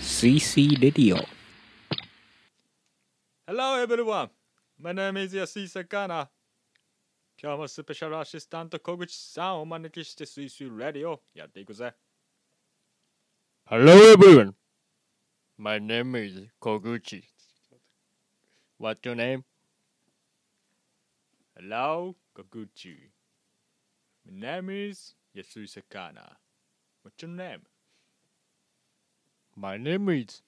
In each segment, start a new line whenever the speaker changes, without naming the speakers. スイスイレディオ
Hello everyone! My name is Yasui Sakana. 今日もスペシャルアシスタント小口さんをお招きしてスイスイラディオやっていくぜ。
Hello everyone. My name is Koguchi. What's your name?
Hello, 小口。My name is Yasui Sakana. What's your name?
My name is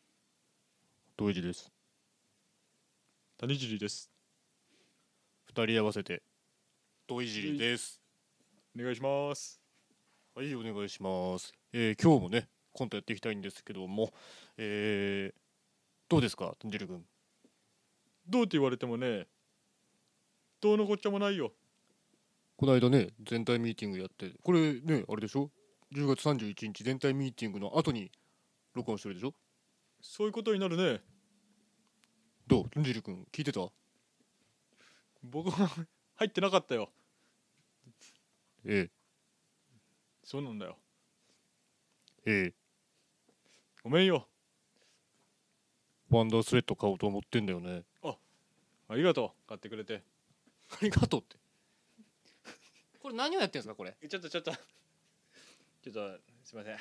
同時です。
谷尻です。
二人合わせて。同時です。
お願いします。
はい、お願いします。えー、今日もね、コントやっていきたいんですけども、えー、どうですか、とんじるくん。
どうって言われてもね、どうのこっちゃもないよ。
この間ね、全体ミーティングやって、これね、あれでしょ ?10 月31日全体ミーティングの後に録音してるでしょ
そういうことになるね。
どうとんじるくん、聞いてた
僕は 入ってなかったよ。
え
そうなんだよ。
えええ
ごめんよ。
ワンダースレッド買おうと思ってんだよね。
ありがとう。買ってくれて。
ありがとうって。これ何をやってんですかこれ。
ちょっとちょっと ちょっとすいません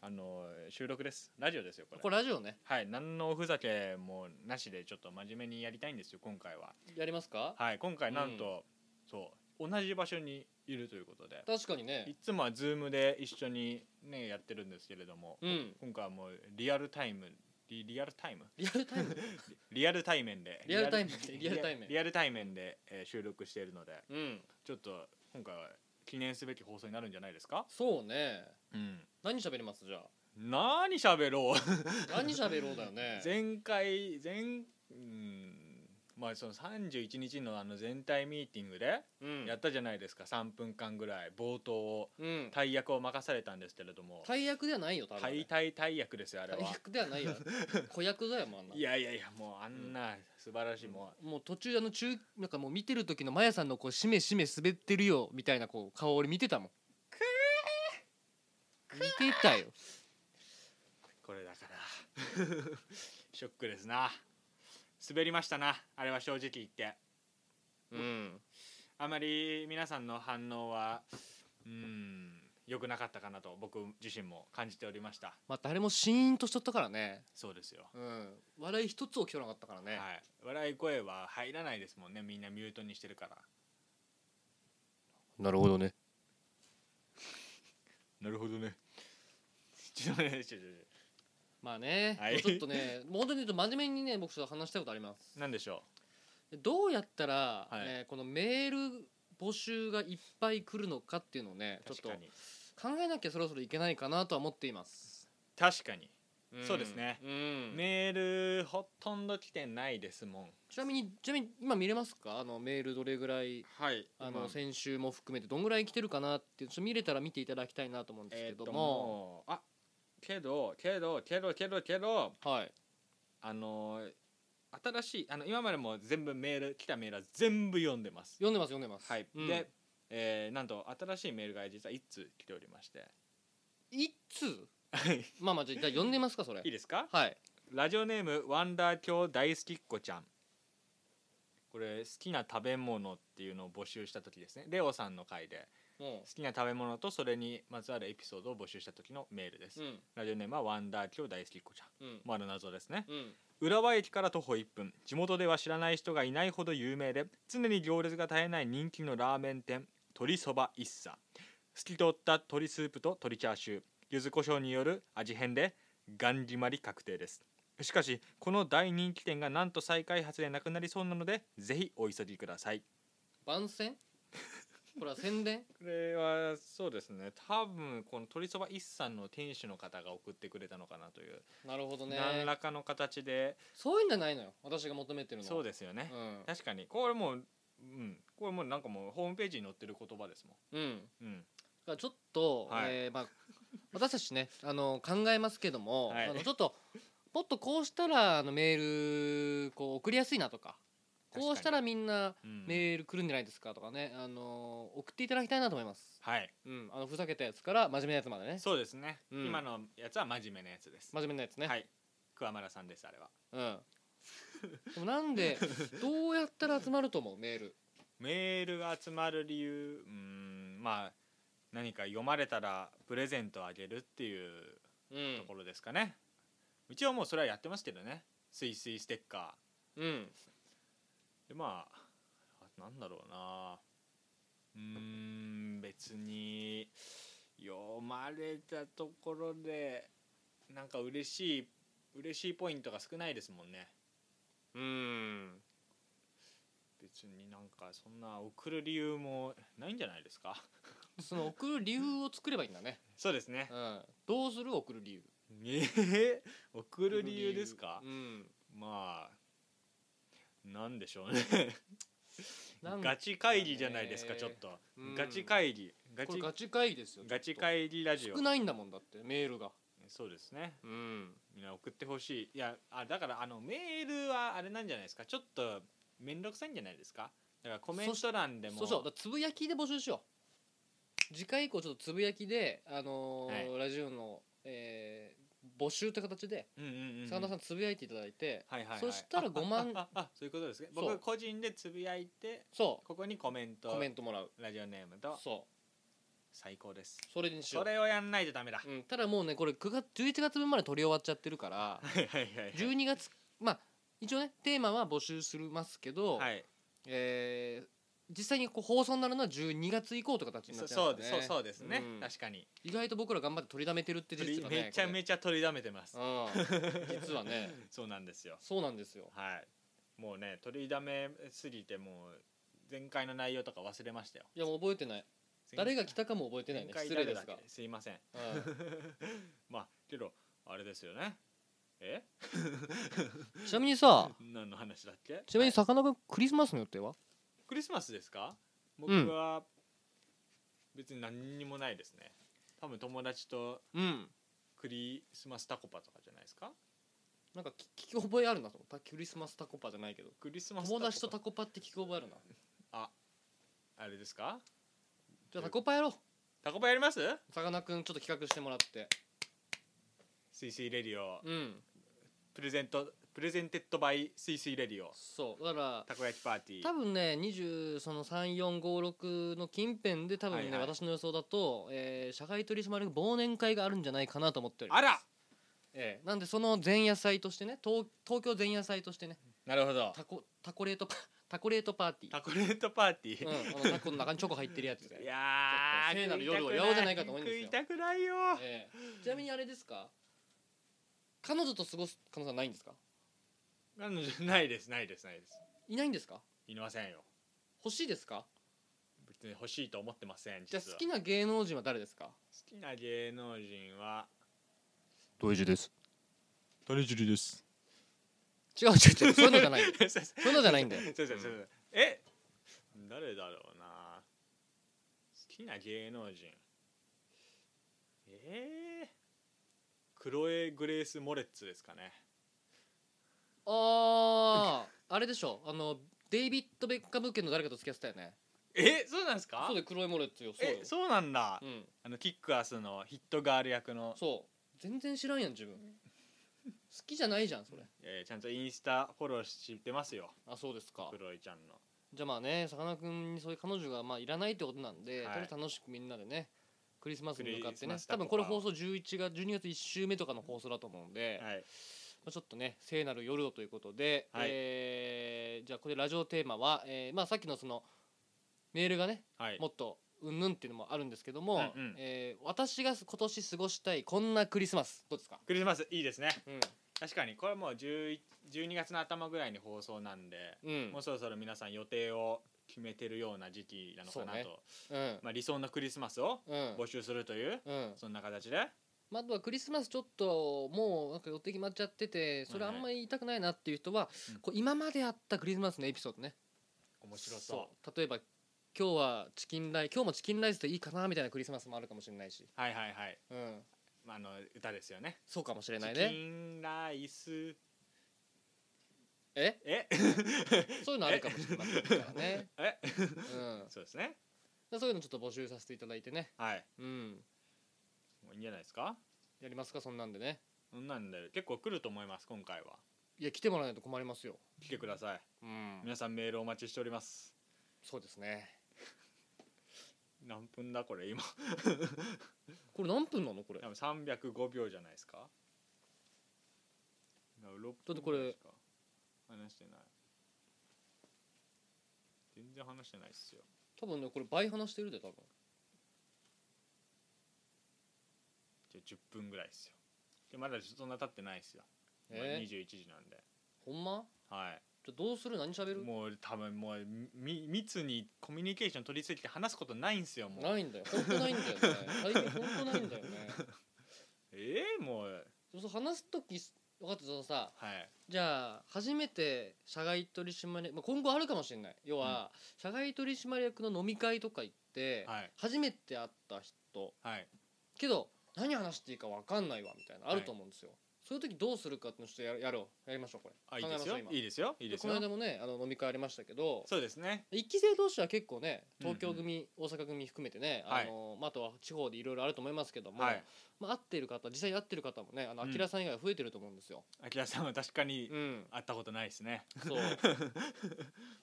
あの収録ですラジオですよこれ
れラジオね
はい何のおふざけもなしでちょっと真面目にやりたいんですよ今回は
やりますか。
はい今回なんと、そう同じ場所にいるということで
確かにね
い。つもはズームで一緒にねやってるんですけれども、
うん。
今回はもうリアルタイムリリアルタイム
リアルタイ ム。
リアル対面で
リアル対面でリアル対面
リアル対面で、えー収録しているので
うん。
ちょっと今回は記念すべき放送になるんじゃないですか
そうね。
うん
何喋りますじゃあ。
何喋ろう
何喋ろうだよ ね。
前回前うんまあその31日のあの全体ミーティングで
うん
や。ったじゃないですか、3分間ぐらい冒頭を
うん。
大役を任されたんですけれども
大役ではないよ多分。
大大大役ですよあれ
大
は
役では ないよ。子役だよもうあんな。
いやいやいやもうあんな素晴らしいも
もう途中あの中なんかもう見てる時のマヤさんのこうしめしめ滑ってるよみたいなこう顔を俺見てたもん見てたよ
うこれだから ショックですな滑りましたなあれは正直言って
うん。
あまり皆さんの反応はうん良くなかったかなと僕自身も感じておりました
まあ誰もシーンとしとったからね
そうですよ
うん笑い一つ起きとらなかったからね、
はい、笑い声は入らないですもんねみんなミュートにしてるから
なるほどね。
なるほどねちょっとねちょっとね
まあね、
はい
ちょっとねもう本当に言うと真面目にね僕ちょっと話したいことあります
何でしょ
どうやったら、
はい
ね、このメール募集がいっぱい来るのかっていうのをね
う
ちょっ
確
と
かに
考えなきゃそろそろいけないかなとは思っています、
確かに、
ん
そうですね
うん
メールほとんど来てないですもん
ちなみにちなみに今見れますかあのメールどれぐらい
はい
あの先週も含めてどんぐらい来てるかなっていうちょっと見れたら見ていただきたいなと思うんです
えーっ
け
と
ども、
もうあけどけどけどけどけど
はい
あのー新しいあの今までも全部メール来たメールは全部読んでます
読んでます読んでます
はい、
うん
で、えーなんと新しいメールが実は1通来ておりまして
いつ
はい
まあまあじゃあじゃあ読んでますかそれ
いいですか
はい
ラジオネームワンダー教大好きっ子ちゃんこれ好きな食べ物っていうのを募集した時ですねレオさんの回で
も
好きな食べ物とそれにまつわるエピソードを募集した時のメールです、
ううん
ラジオネームはワンダー教大好きっ子ちゃん
うん
丸謎ですね
うん
浦和駅から徒歩1分地元では知らない人がいないほど有名で常に行列が絶えない人気のラーメン店鶏そば一茶透き通った鶏スープと鶏チャーシュー柚子胡椒による味変でガン決まり確定ですしかしこの大人気店がなんと再開発でなくなりそうなのでぜひお急ぎください
番宣これは宣伝
これはそうですね多分この鶏そば一茶の店主の方が送ってくれたのかなという、
なるほどね
何らかの形で
そういうんじゃないのよ私が求めてるのは
そうですよね、
うん
確かにこれもううんこれもうなんかもうホームページに載ってる言葉ですも
うん
ん
だ
うん
からちょっと、
はい
えーまあ私たちねあの考えますけども、
はい
あのちょっともっとこうしたらあのメールこう送りやすいなとかこうしたらみんな
うん
メール来るんじゃないですかとかね、あのー送っていただきたいなと思います、
はい
うん、あのふざけたやつから真面目なやつまでね
そうですね、
うん
今のやつは真面目なやつです、
真面目なやつね、
はい桑村さんですあれは
うん、でもな んでどうやったら集まると思うメール
メールが集まる理由うーんまあ何か読まれたらプレゼントあげるっていう
う
と
ん
ころですかね、うちはもうそれはやってますけどねスイスイステッカ
うん
ーでまああなんだろうなうーん別に読まれたところでなんか嬉しい嬉しいポイントが少ないですもんね
うん
別になんかそんな送る理由もないんじゃないですか
その送る理由を作ればいいんだね、
そうですね
うん、どうする送る理由
ええ送る理由ですか
うん
まあなんでしょうね
なん
ガチ会議じゃないですかちょっと、
うん
ガチ会議ガ
こ
チ
れガチ会議ですよ
ガチ
議
会議ラジオ
少ないんだもんだってメールが
そうですね
うん
みんな送ってほしいいやあだからあのメールはあれなんじゃないですかちょっと面倒くさいんじゃないですかだからコメント欄でも
そうそうだからつぶやきで募集しよう次回以降ちょっとつぶやきで、あのーラジオの、えー募集って形で
うんうんうんうん
坂田さんつぶやいていただいて、
はいはいはい、
そしたら5万
ああああ そういうことですね
そ
僕
う
個人でつぶやいて
そ
ここにコメン
う
ト
コメントもらう
ラジオネームと
そう
最高です
それにしよ
そうれをやんないとダメだ、
うん、ただもうねこれ9月11月分まで取り終わっちゃってるから
はいはいはいはい
12月まあ一応ねテーマは募集するますけど、
はい、
えー実際にこう放送になるのは12月以降という形に
そ
なっちゃ
そううんで
ですす
そ
ね
うそうですね、
うん
確かに
意外と僕ら頑張って取りだめてるって事
取り
実がね
めちゃめ
ち
ちゃ取りだめてます、
ゃ、うん、実はね
そうなんですよ
そうなんですよ
はいもうね取りだめすぎてもう前回の内容とか忘れましたよ
いやもう覚えてない誰が来
った
かも覚えてないね失礼ですが、
すいません
う
まあけどあれですよねえ
んちなみにさ
何の話だっけ
ちな
は
みに
い
さかなクンクリスマスの予定は
クリスマスですか僕
うん
は別に何にもないですね多分友達と
うん
クリスマスタコパとかじゃないですか
なんか聞き覚えあるなと思ったクリスマスタコパじゃないけど
クリスマス
友達と
タ
タ
コ
コパって聞き覚えあるな
パあれですか
じゃあタコパやろう
タコパやります
さかなクンちょっと企画してもらって
スイスイレディオ
うん
プレゼントプレゼンテッドバイスイスイレディオ
そうだから
たこ焼きパーティー
多分ね234556の近辺で多分ね、
はいはい
私の予想だと、えー社会取締役忘年会があるんじゃないかなと思っております
あら
ええなんでその前夜祭としてね東東京前夜祭としてね
なるほど
タコタコレートパタコレートパーティー
タコレートパーティー、
うん、あのタコの中にチョコ入ってるや つ
い
で、
やー
ちょっと
食
聖なる
いたく
夜をやろうじゃないかと思うんですよ
食いたくないよ、
ええちなみにあれですか彼女と過ごす可能性はないんですか
なんでないですないですないです
いないんですか
いませんよ
欲しいですか
別に欲しいと思ってません
じ
実は
ゃあ好きな芸能人は誰ですか
好きな芸能人は
土井寺です
鳥尻です
違う違う違うそういうのじゃない
そうそうそう
そういうのじゃないんだよ
そうそうそうえ誰だろうな好きな芸能人えー、クロエ・グレース・モレッツですかね
あああれでしょあのデイビッド・ベッカム家の誰かと付き合ってたよね
えそうなんですか
そうでクロエ・モレッツよそうよ
えそうなんだ、
うん
あのキックアスのヒットガール役の、
そう全然知らんやん自分好きじゃないじゃんそれ
えーちゃんとインスタフォローしてますよ
あそうですか
黒いちゃんの
じゃあまあねさかなクンにそういう彼女がまあいらないってことなん
は
で、
い
とりあえず楽しくみんなでねクリスマスに向かって
クリス
ね
マスタ
多
コパ
分これ放送11月12月1週目とかの放送だと思うんで、
はい
まあ、ちょっとね聖なる夜をということで、
はい
えーじゃあこれラジオテーマは、えーまあ、さっきのそのメールがね
はい
もっとうんぬんっていうのもあるんですけども、
うんうん
えー私が今年過ごしたいこんなクリスマスどうですか、
クリスマスいいですね
うん
確かにこれはもう11 12月の頭ぐらいに放送なんで、
うん
もうそろそろ皆さん予定を決めてるような時期なのかなと、
そうねうん
まあ、理想のクリスマスを
うん
募集するという、
うん
そんな形で
まあ、あとはクリスマスちょっともうなんか予定決まっちゃっててそれあんまり言いたくないなっていう人は、
うん
こう今まであったクリスマスのエピソードね
面白そう
そう例えば今日はチキンライス今日もチキンライスでいいかなみたいなクリスマスもあるかもしれないし、
はいはいはい
うん、
あの歌ですよね
そうかもしれない
チキ
ね
ンライス
え
え
そういうのあるかもしれませんからね、
え
うん
そうですね
で、そういうのちょっと募集させていただいてね
はい
うん
もういいんじゃないですか
やりますかそんなんでね
そんなんで結構来ると思います今回はい
や来てもらわないと困りますよ
来てください
うん
皆さんメールお待ちしております
そうですね
何分だこれ今
これ何分なのこれ
多分305秒じゃないですかだから6
だってこれ
分ですか話してない全然話してないっすよ
多分ねこれ倍話してるで多分
じゃあ10分ぐらいっすよでまだそんな経ってないっすよ、まだ
えー
21時なんで
ほんま
はい
じゃあどうする何喋る
もう多分もうみ密にコミュニケーション取りすぎて話すことないんすよもう
ないんだよ本当ないんだよね最近本当ないんだよね
ええもう
そう話す時分かったそのさ
はい
じゃあ初めて社外取締役、まあ、今後あるかもしれない要は、社外取締役の飲み会とか行って、
はい
初めて会った人
はい
けど何話していいか分かんないわみたいなあると思うんですよ、そういう時どうするかってのちょっとややろうやりましょうこれ
あいいです
考
よ
えましょう今
いいですよいいです
この間
よ
もねあの飲み会ありましたけど
そうですね
一期生同士は結構ね
うんうん
東京組、大阪組含めてね、
はい
あのまあ、あとは地方でいろいろあると思いますけども、
はい
まあ、会ってる方実際会ってる方もねあの
うん
アキラさん以外は増えてると思うんですよ。
あきらさんは確かに
うん
会ったことないですね
そう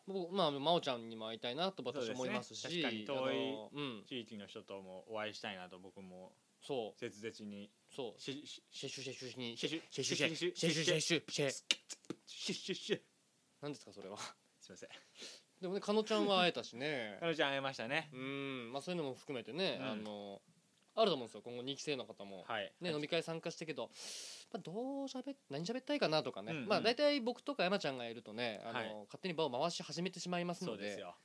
僕まあ真央ちゃんにも会いたいなと私は思いますし
そうですね確かに遠い
あのうん、
地域の人ともお会いしたいなと僕も
そ
切々に
うそう
しし
シェシュシェシュに
シ
シ
ェシュ
ェシュシェシュシ
シ
ェ
ェ
シ
シ
ュ
ュ
シ
シュ
ェシュシェ
シュシュ
何ですかそれは
すいません
でもねかのちゃんは会えたしね
かのちゃん会えましたね
うんまあそういうのも含めてね、
うん
あのあると思うんですよ今後2期生の方も、
はい
ね、飲み会参加したけど、まあ、どうしゃべ何しゃべったいかなとかね、
うんうん
まあ大体僕とか山ちゃんがいるとねあの、
はい
勝手に場を回し始めてしまいます
そ
の
う
で
ですよ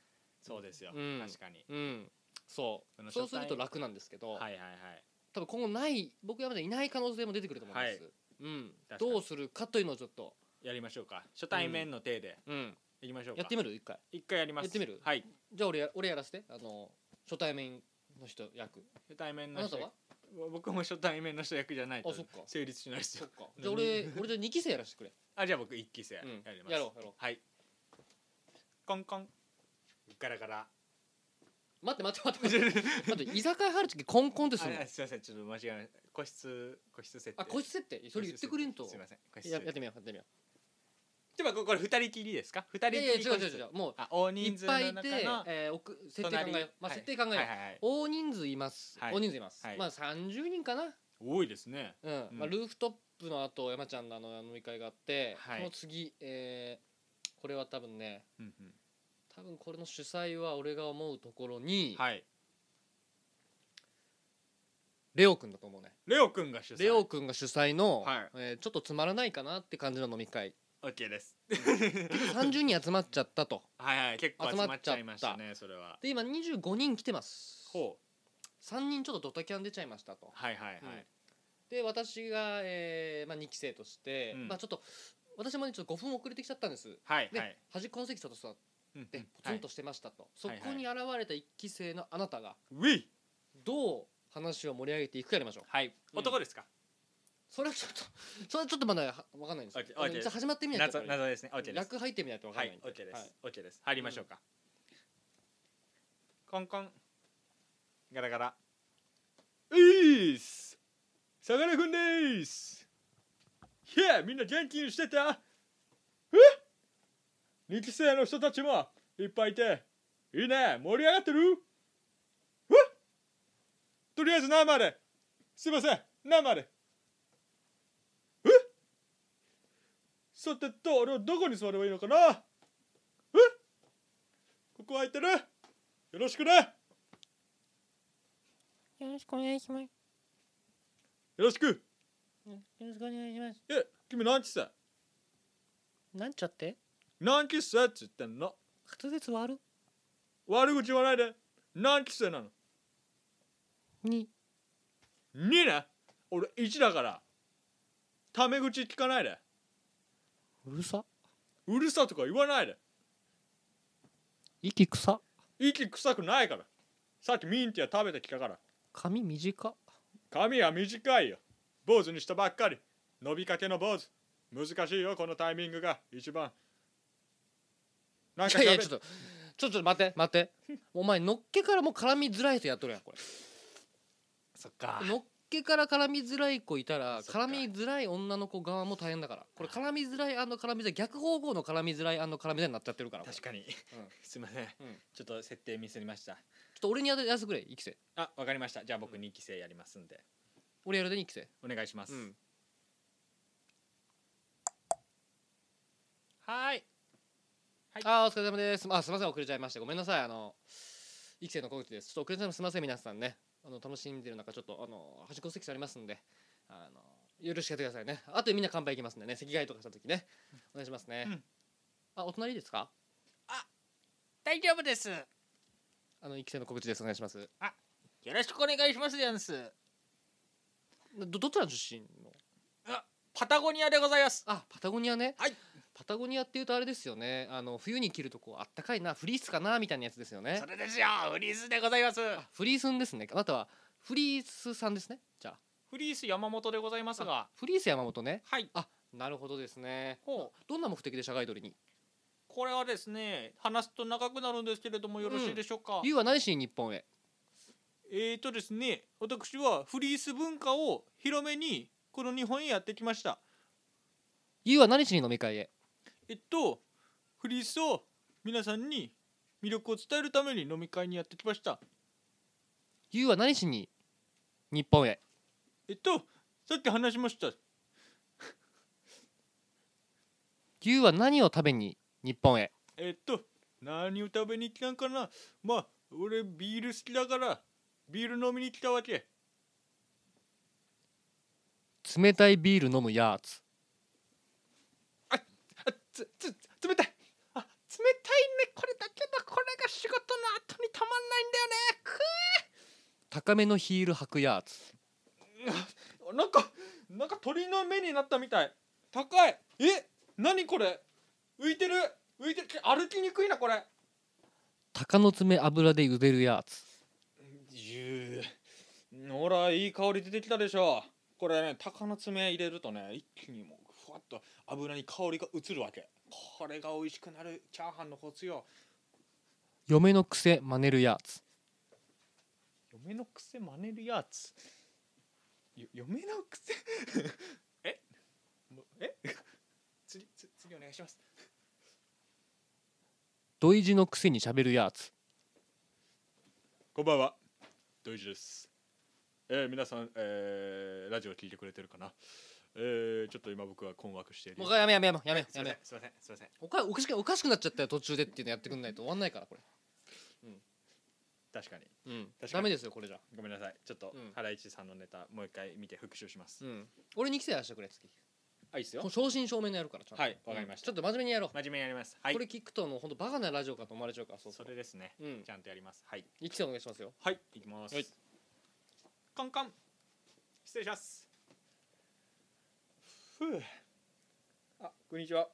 そうですよ
うん
確かに
うんそう
あの
そうする
初
と
対
楽なんですけど、
はいはいはい
多分今後ない僕山ちゃんいない可能性も出てくると思います、
はい
うん
確かに
どうするかというのをちょっと、
やりましょうか初対面の体で
うん、
いきましょうか
やってみる一回
一回やります
やってみる
はい
じゃあ俺や俺やらせてあの初対面の人役
初対面
あ
の
なた
人
は
僕も初対面の人役じゃないと
あそっか
成立しないです
そ
よ
っかじゃあ俺俺じゃあ2期生やらせてくれ
あじゃあ僕一期生や
う
り
ん
ます、
やろうやろう
はいコンコンガラガラ
待って待って待っ て待って待って居酒屋入る時コンコンってす
あ
るの
あすいませんちょっと間違えました個室個室設定
あ個室設定それ言ってくれんと
個室設定すいません個室
や
設
や
定
ってみようやってみよ
でもこれ二人きりですか二
うい
人
や
き
い
り
や違う
個
違う
室
違うも
あ大
うい
人数の
っぱ
中
いい
の
て、えー、奥設定考えようまあ
はい
設定考えよう、
はいはいはい
大人数います、
はい
大人数います、
はい
まあ30人かな
多いですね
うん
うん
まあ、ルーフトップの後山ちゃんのあの飲み会があって、
はい
その次、えーこれは多分ね
うんうん
多分これの主催は俺が思うところに、
はい
レオくんだと思うね
レオくんが主催
レオくんが主催の、
はい
えーちょっとつまらないかなって感じの飲み会
オッケーです
30人集まっちゃったと
はいはい結構
集
集
まっ
まっちゃいましたねそれは
で今25人来てます
ほう
3人ちょっとドタキャン出ちゃいましたと
はいはいはい、
うんで私が、えーまあ、2期生として、
うん
まあ、ちょっと私もねちょっと5分遅れてきちゃったんです
はい
で、
はい
端っこの席ちょっと座っ
うんうん
でポツンとしてましたと、
はい
そこに現れた一期生のあなたが
ウィ
どう話を盛り上げていくかやりましょう
はい
うん
男ですか
それはちょっと それはちょっとまだはわかんないんですよ
OK
あの
OK
実は始まってみない
謎
とやっぱり
謎ですねオッケーです
楽入ってみないとわか
は
んない
い
ん、で、
オッケーで
は
す
い。
オッケーです。入りましょうか。コンコン。ガラガラ。ういっす。さかなクンでーす。いや、みんな元気にしてた。え二期生の人たちもいっぱいいて。いいね、盛り上がってる。えとりあえず生で。すいません、生で。えさてと、俺はどこに座ればいいのかなここ空いてるよろしくねよ
よろしくお願いします。
ろしく
よろしくお願いします。
え、君何期生
なんちゃって
何期生っつってんの
滑舌悪る
悪口言わないで何期生なの
に。
?2 ね俺1だからタメ口聞かないで
うるさ。
うるさとか言わないで
息臭。
息臭くないからさっきミンティア食べてきたから
髪短。
髪は短いよ坊主にしたばっかり伸びかけの坊主難しいよこのタイミングが一番なんか
いやい
喋
やちょっとちょっと待って待ってお前のっけからもう絡みづらい人やっとるやんこれ
そっか
のっけから絡みづらい子いたら
そっか
絡みづらい女の子側も大変だからこれ絡みづらい絡みづらい逆方向の絡みづらい絡みづらいになっちゃってるからこれ
確かに、 すいません、
ん
ちょっと設定ミスりました
ちょっと俺にやらせてくれ一期生
あわかりましたじゃあ僕2期生やりますんで
俺やるで一期生
お願いします、
うん
はーい
あーお疲れ様ですあすいません遅れちゃいましたごめんなさいあの一期生の小口ですちょっと遅れちゃいましたすいません皆さんねあの楽しんでる中ちょっとあの端っこ席ありますんであの許してやってくださいねあとでみんな乾杯いきますんでね席替えとかした時ねお願いしますね、
うん
あお隣ですか
大丈夫です。
あの一期生の小口ですお願いします
よろしくお願いしますでやんす。
どどちらの出身の
パタゴニアでございます
あパタゴニアね、
はい
パタゴニアっていうとあれですよねあの冬に着るとこうあったかいなフリースかなみたいなやつですよね
それですよ。フリーズでございます。
あフリースんですねあなたはフリースさんですねじゃあ
フリース山本でございますが
フリース山本ね
はい
なるほどですね
ほ
どんな目的で社外取りに
これはですね話すと長くなるんですけれどもよろしいでしょうか、
「ゆうは何しに日本へ
えーとですね私はフリース文化を広めにこの日本へやってきました」
「ゆうは何しに飲み会へ
えっとフリースを皆さんに魅力を伝えるために飲み会にやってきました」
「ゆうは何しに日本へ
えっとさっき話しました」
「ゆうは何を食べに日本へ
えっと何を食べに来たんかなまあ俺ビール好きだからビール飲みに来たわけ」
「冷たいビール飲むやつ
あつつつ冷たいあ冷たいねこれだけどこれが仕事の後にたまんないんだよねくー」
高めのヒール履くやつ
なんかなんか鳥の目になったみたい高いえ何これ浮いてる浮いてる歩きにくいなこれ
鷹の爪油で茹でるやつ
ゆうほらいい香り出てきたでしょこれね鷹の爪入れるとね一気にもうふわっと油に香りが移るわけこれが美味しくなるチャーハンのコツよ
嫁の癖真似るやつ
嫁の癖真似るやつよ嫁の癖 えもえ 次次次お願いします
土井地のくせに喋るやつ
こんばんは、ドイジです。えー、皆さん、えー、ラジオ聞いてくれてるかなえー、ちょっと今僕は困惑している。
もう一回やめやめやめやめ
すい
や
ませ
め
ん、すいません、すいません。
おかおかしくおかしくなっちゃったよ途中でっていうのやってくんないと終わんないからこれ、
確かに。
うん
確かに、
ダメですよこれじゃ
ごめんなさい。ちょっと、
うん
原市さんのネタ、もう一回見て復習します。
うん俺に期生やらせてくれ次
あ、いいっすよ。
正真正銘のやるからちゃんと
はいわかりました
ちょっと真面目にやろう
真面目にやります。はい。
これ聞くともう本当バカなラジオかと思われちゃうからそうそ
そうれですね。
うん
ちゃんとやります。はい。
一期生お願いしますよ
はい、いきます。
はい
カンカン。失礼します。ふう。あ、こんにちは。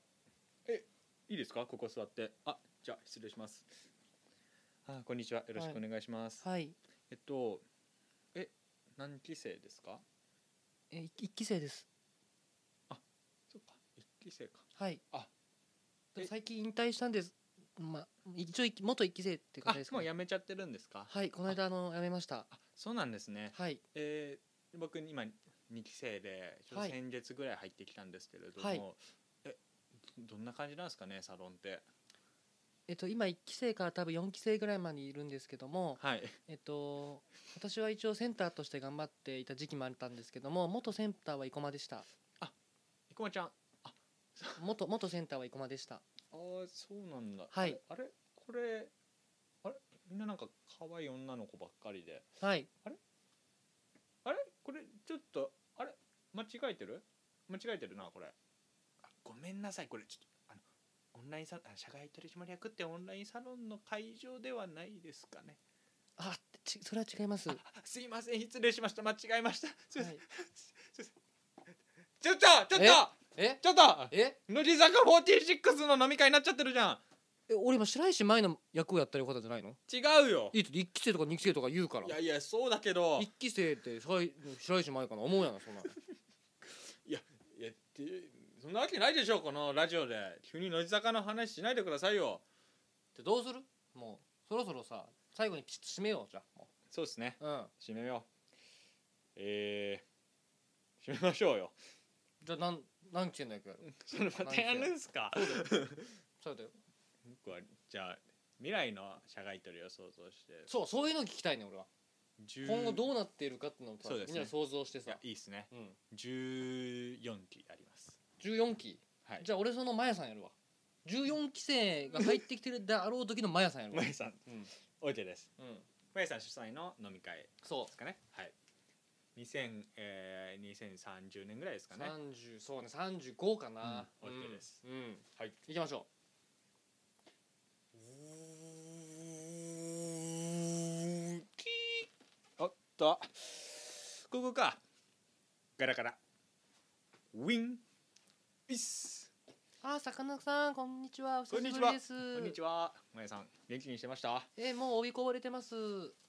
え、いいですか、ここ座って。あ、じゃあ、失礼します。あ、こんにちは。よろしくお願いします。
はい
えっと。え、何期生ですか。
え一期生です
そっか、一期生か。
はい
あ
でも最近引退したんですまあ一応一期元一期生って
あ
感じです、か
も
ね
う辞めちゃってるんですか。
はいこの間あの辞めました
あ、そうなんですね。
はい
えー、僕今2期生でちょっ
は
と
い
先月ぐらい入ってきたんですけれども、
はい
えどんな感じなんですかねサロンって
えっと今一期生から多分四期生ぐらいまでいるんですけども
はい
えっと私は一応センターとして頑張っていた時期もあったんですけども元センターは生駒でした
生駒ちゃんあ
元元センターは生駒でした
あーそうなんだ
はい
あれあれこれあれみんななんか可愛い女の子ばっかりで
はい
あれこれちょっとあれ間違えてる間違えてるなこれあごめんなさいこれちょっとあのオンラインサロンあ社外取締役ってオンラインサロンの会場ではないですかね
あちそれは違いますは
あすいません失礼しました間違えましたすいません
い
ちょっとちょっと
ええ
ちょっと
え
乃木坂46の飲み会になっちゃってるじゃん
え俺今白石舞の役をやったらよかったんじゃないの
違うよ
いいと一期生とか二期生とか言うから
いやいやそうだけど
一期生って白い白石舞かな思うやなそんなの
ってそんなわけないでしょこのラジオで急に乃木坂の話しないでくださいよ
でどうするもうそろそろさ最後にピシッと締めようじゃあも
そうですね
ううん
締めようえー、締めましょうよ
じゃあ何何件だけやる
それまたやるんすか
そうだよ
僕はじゃあ未来の社外取りを想像して
そうそういうの聞きたいね俺は
10
今後どうなっているかっていうのを
そうですね
みんなで想像して
い
さ
やいいっすね
うん
14期あります
14期
はい
じゃあ俺そのマヤさんやるわ14期生が入ってきてるであろう時のマヤさんやるわ
まゆさん
うん
おいてです
うん
まゆさん主催の飲み会で
そ
すかねはい2000、えー、2030年ぐらいです
う
かね
30そうね35かな
うん OK です
うん
はい
行きましょ
おっとここかガラガラウィンイス
あー魚さんこんにちはお久
こんに
し
ち
ぶり
は
です
こんにちはまゆさん元気にしてました
えーもう追いこぼれてます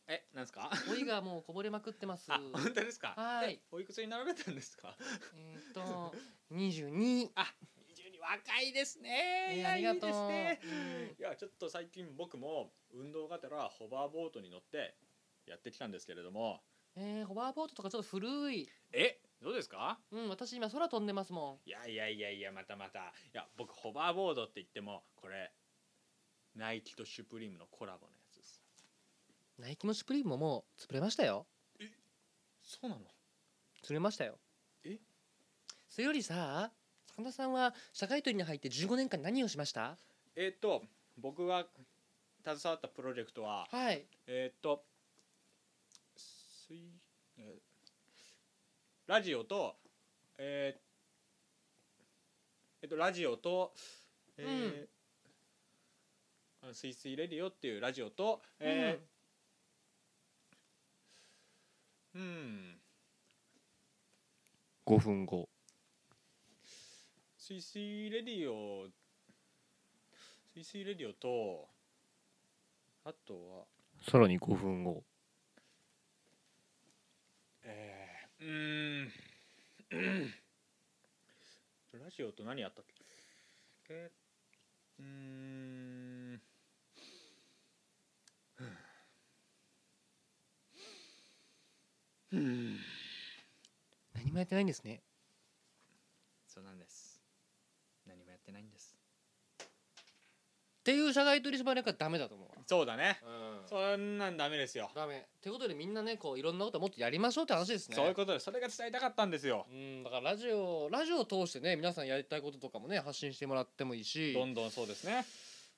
えなんですか
追いがもうこぼれまくって ます
あ本当ですか
はーい
えおいくつになられたんですか
えーっと22
非常に若いですね
えー
いや
ありがとう
いいですね
うん
いやちょっと最近僕も運動がてらホバーボードに乗ってやってきたんですけれども
えーホバーボードとかちょっと古い
えどうですか
うん私今空飛んでますも
いやいやいやいやまたまたいや僕ホバーボードって言ってもこれナイキとシュプリームのコラボのやつです
んナイキもシュプリームももう潰れましたよ
そうなの
釣れましたよ
え
それよりさ魚さんは社会取りに入って15年間何をしました
えーっと僕が携わったプロジェクトは
はい
えーっと水えーラジオとえーえっとラジオとえーあのスイスイレディオっていうラジオとえーうん
5分後
スイスイレディオスイスイレディオとあとは
さらに5分後
えー、うーんラジオと何やったっけえーうーん
何もやってないんですね
そうなんです何もやってないんです
っていう社外取締役はダメだと思うわ
そうだね
うん
そんなんダメですよ
ダメってことでみんなねこういろんなこともっとやりましょうって話ですね
そういうことですそれが伝えたかったんですよ
うんだからラジオラジオを通してね皆さんやりたいこととかもね発信してもらってもいいし
どんどんそうですね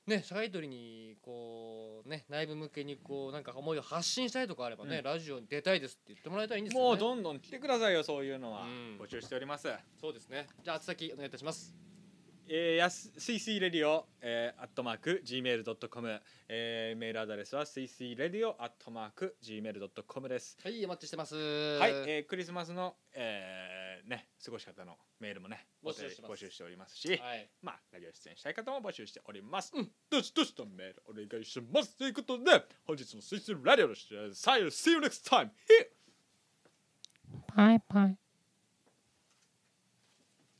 ね社外取りにこうね内部向けにこうなんか思いを発信したいとかあればね、
うん
ラジオに出たいですって言ってもらえたらいいんですよね
もうどんどん来てくださいよそういうのは
うん
募集しております
そうですねじゃあ宛先お願いいたします
えー、やすすいすいレディオ、えー、アットマーク Gmail.com、えー、メールアドレスはすいすいレディオアットマーク Gmail.com です
はいお待ちしてます
は、
はい
えー、クリスマスの、えー、ね過ごし方のメールもね
募集してます
募集しておりますし
はい、
まあラジオ出演したい方も募集しております、うん、どしどしとメールお願いしますということで本日のすいすいレディオの出演さよ See you next time here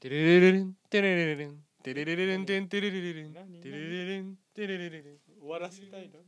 テレレレレンテレレレレンテレレレレンテンテレレレレン
何
テレレレレンテレレレレン
終わらせたいの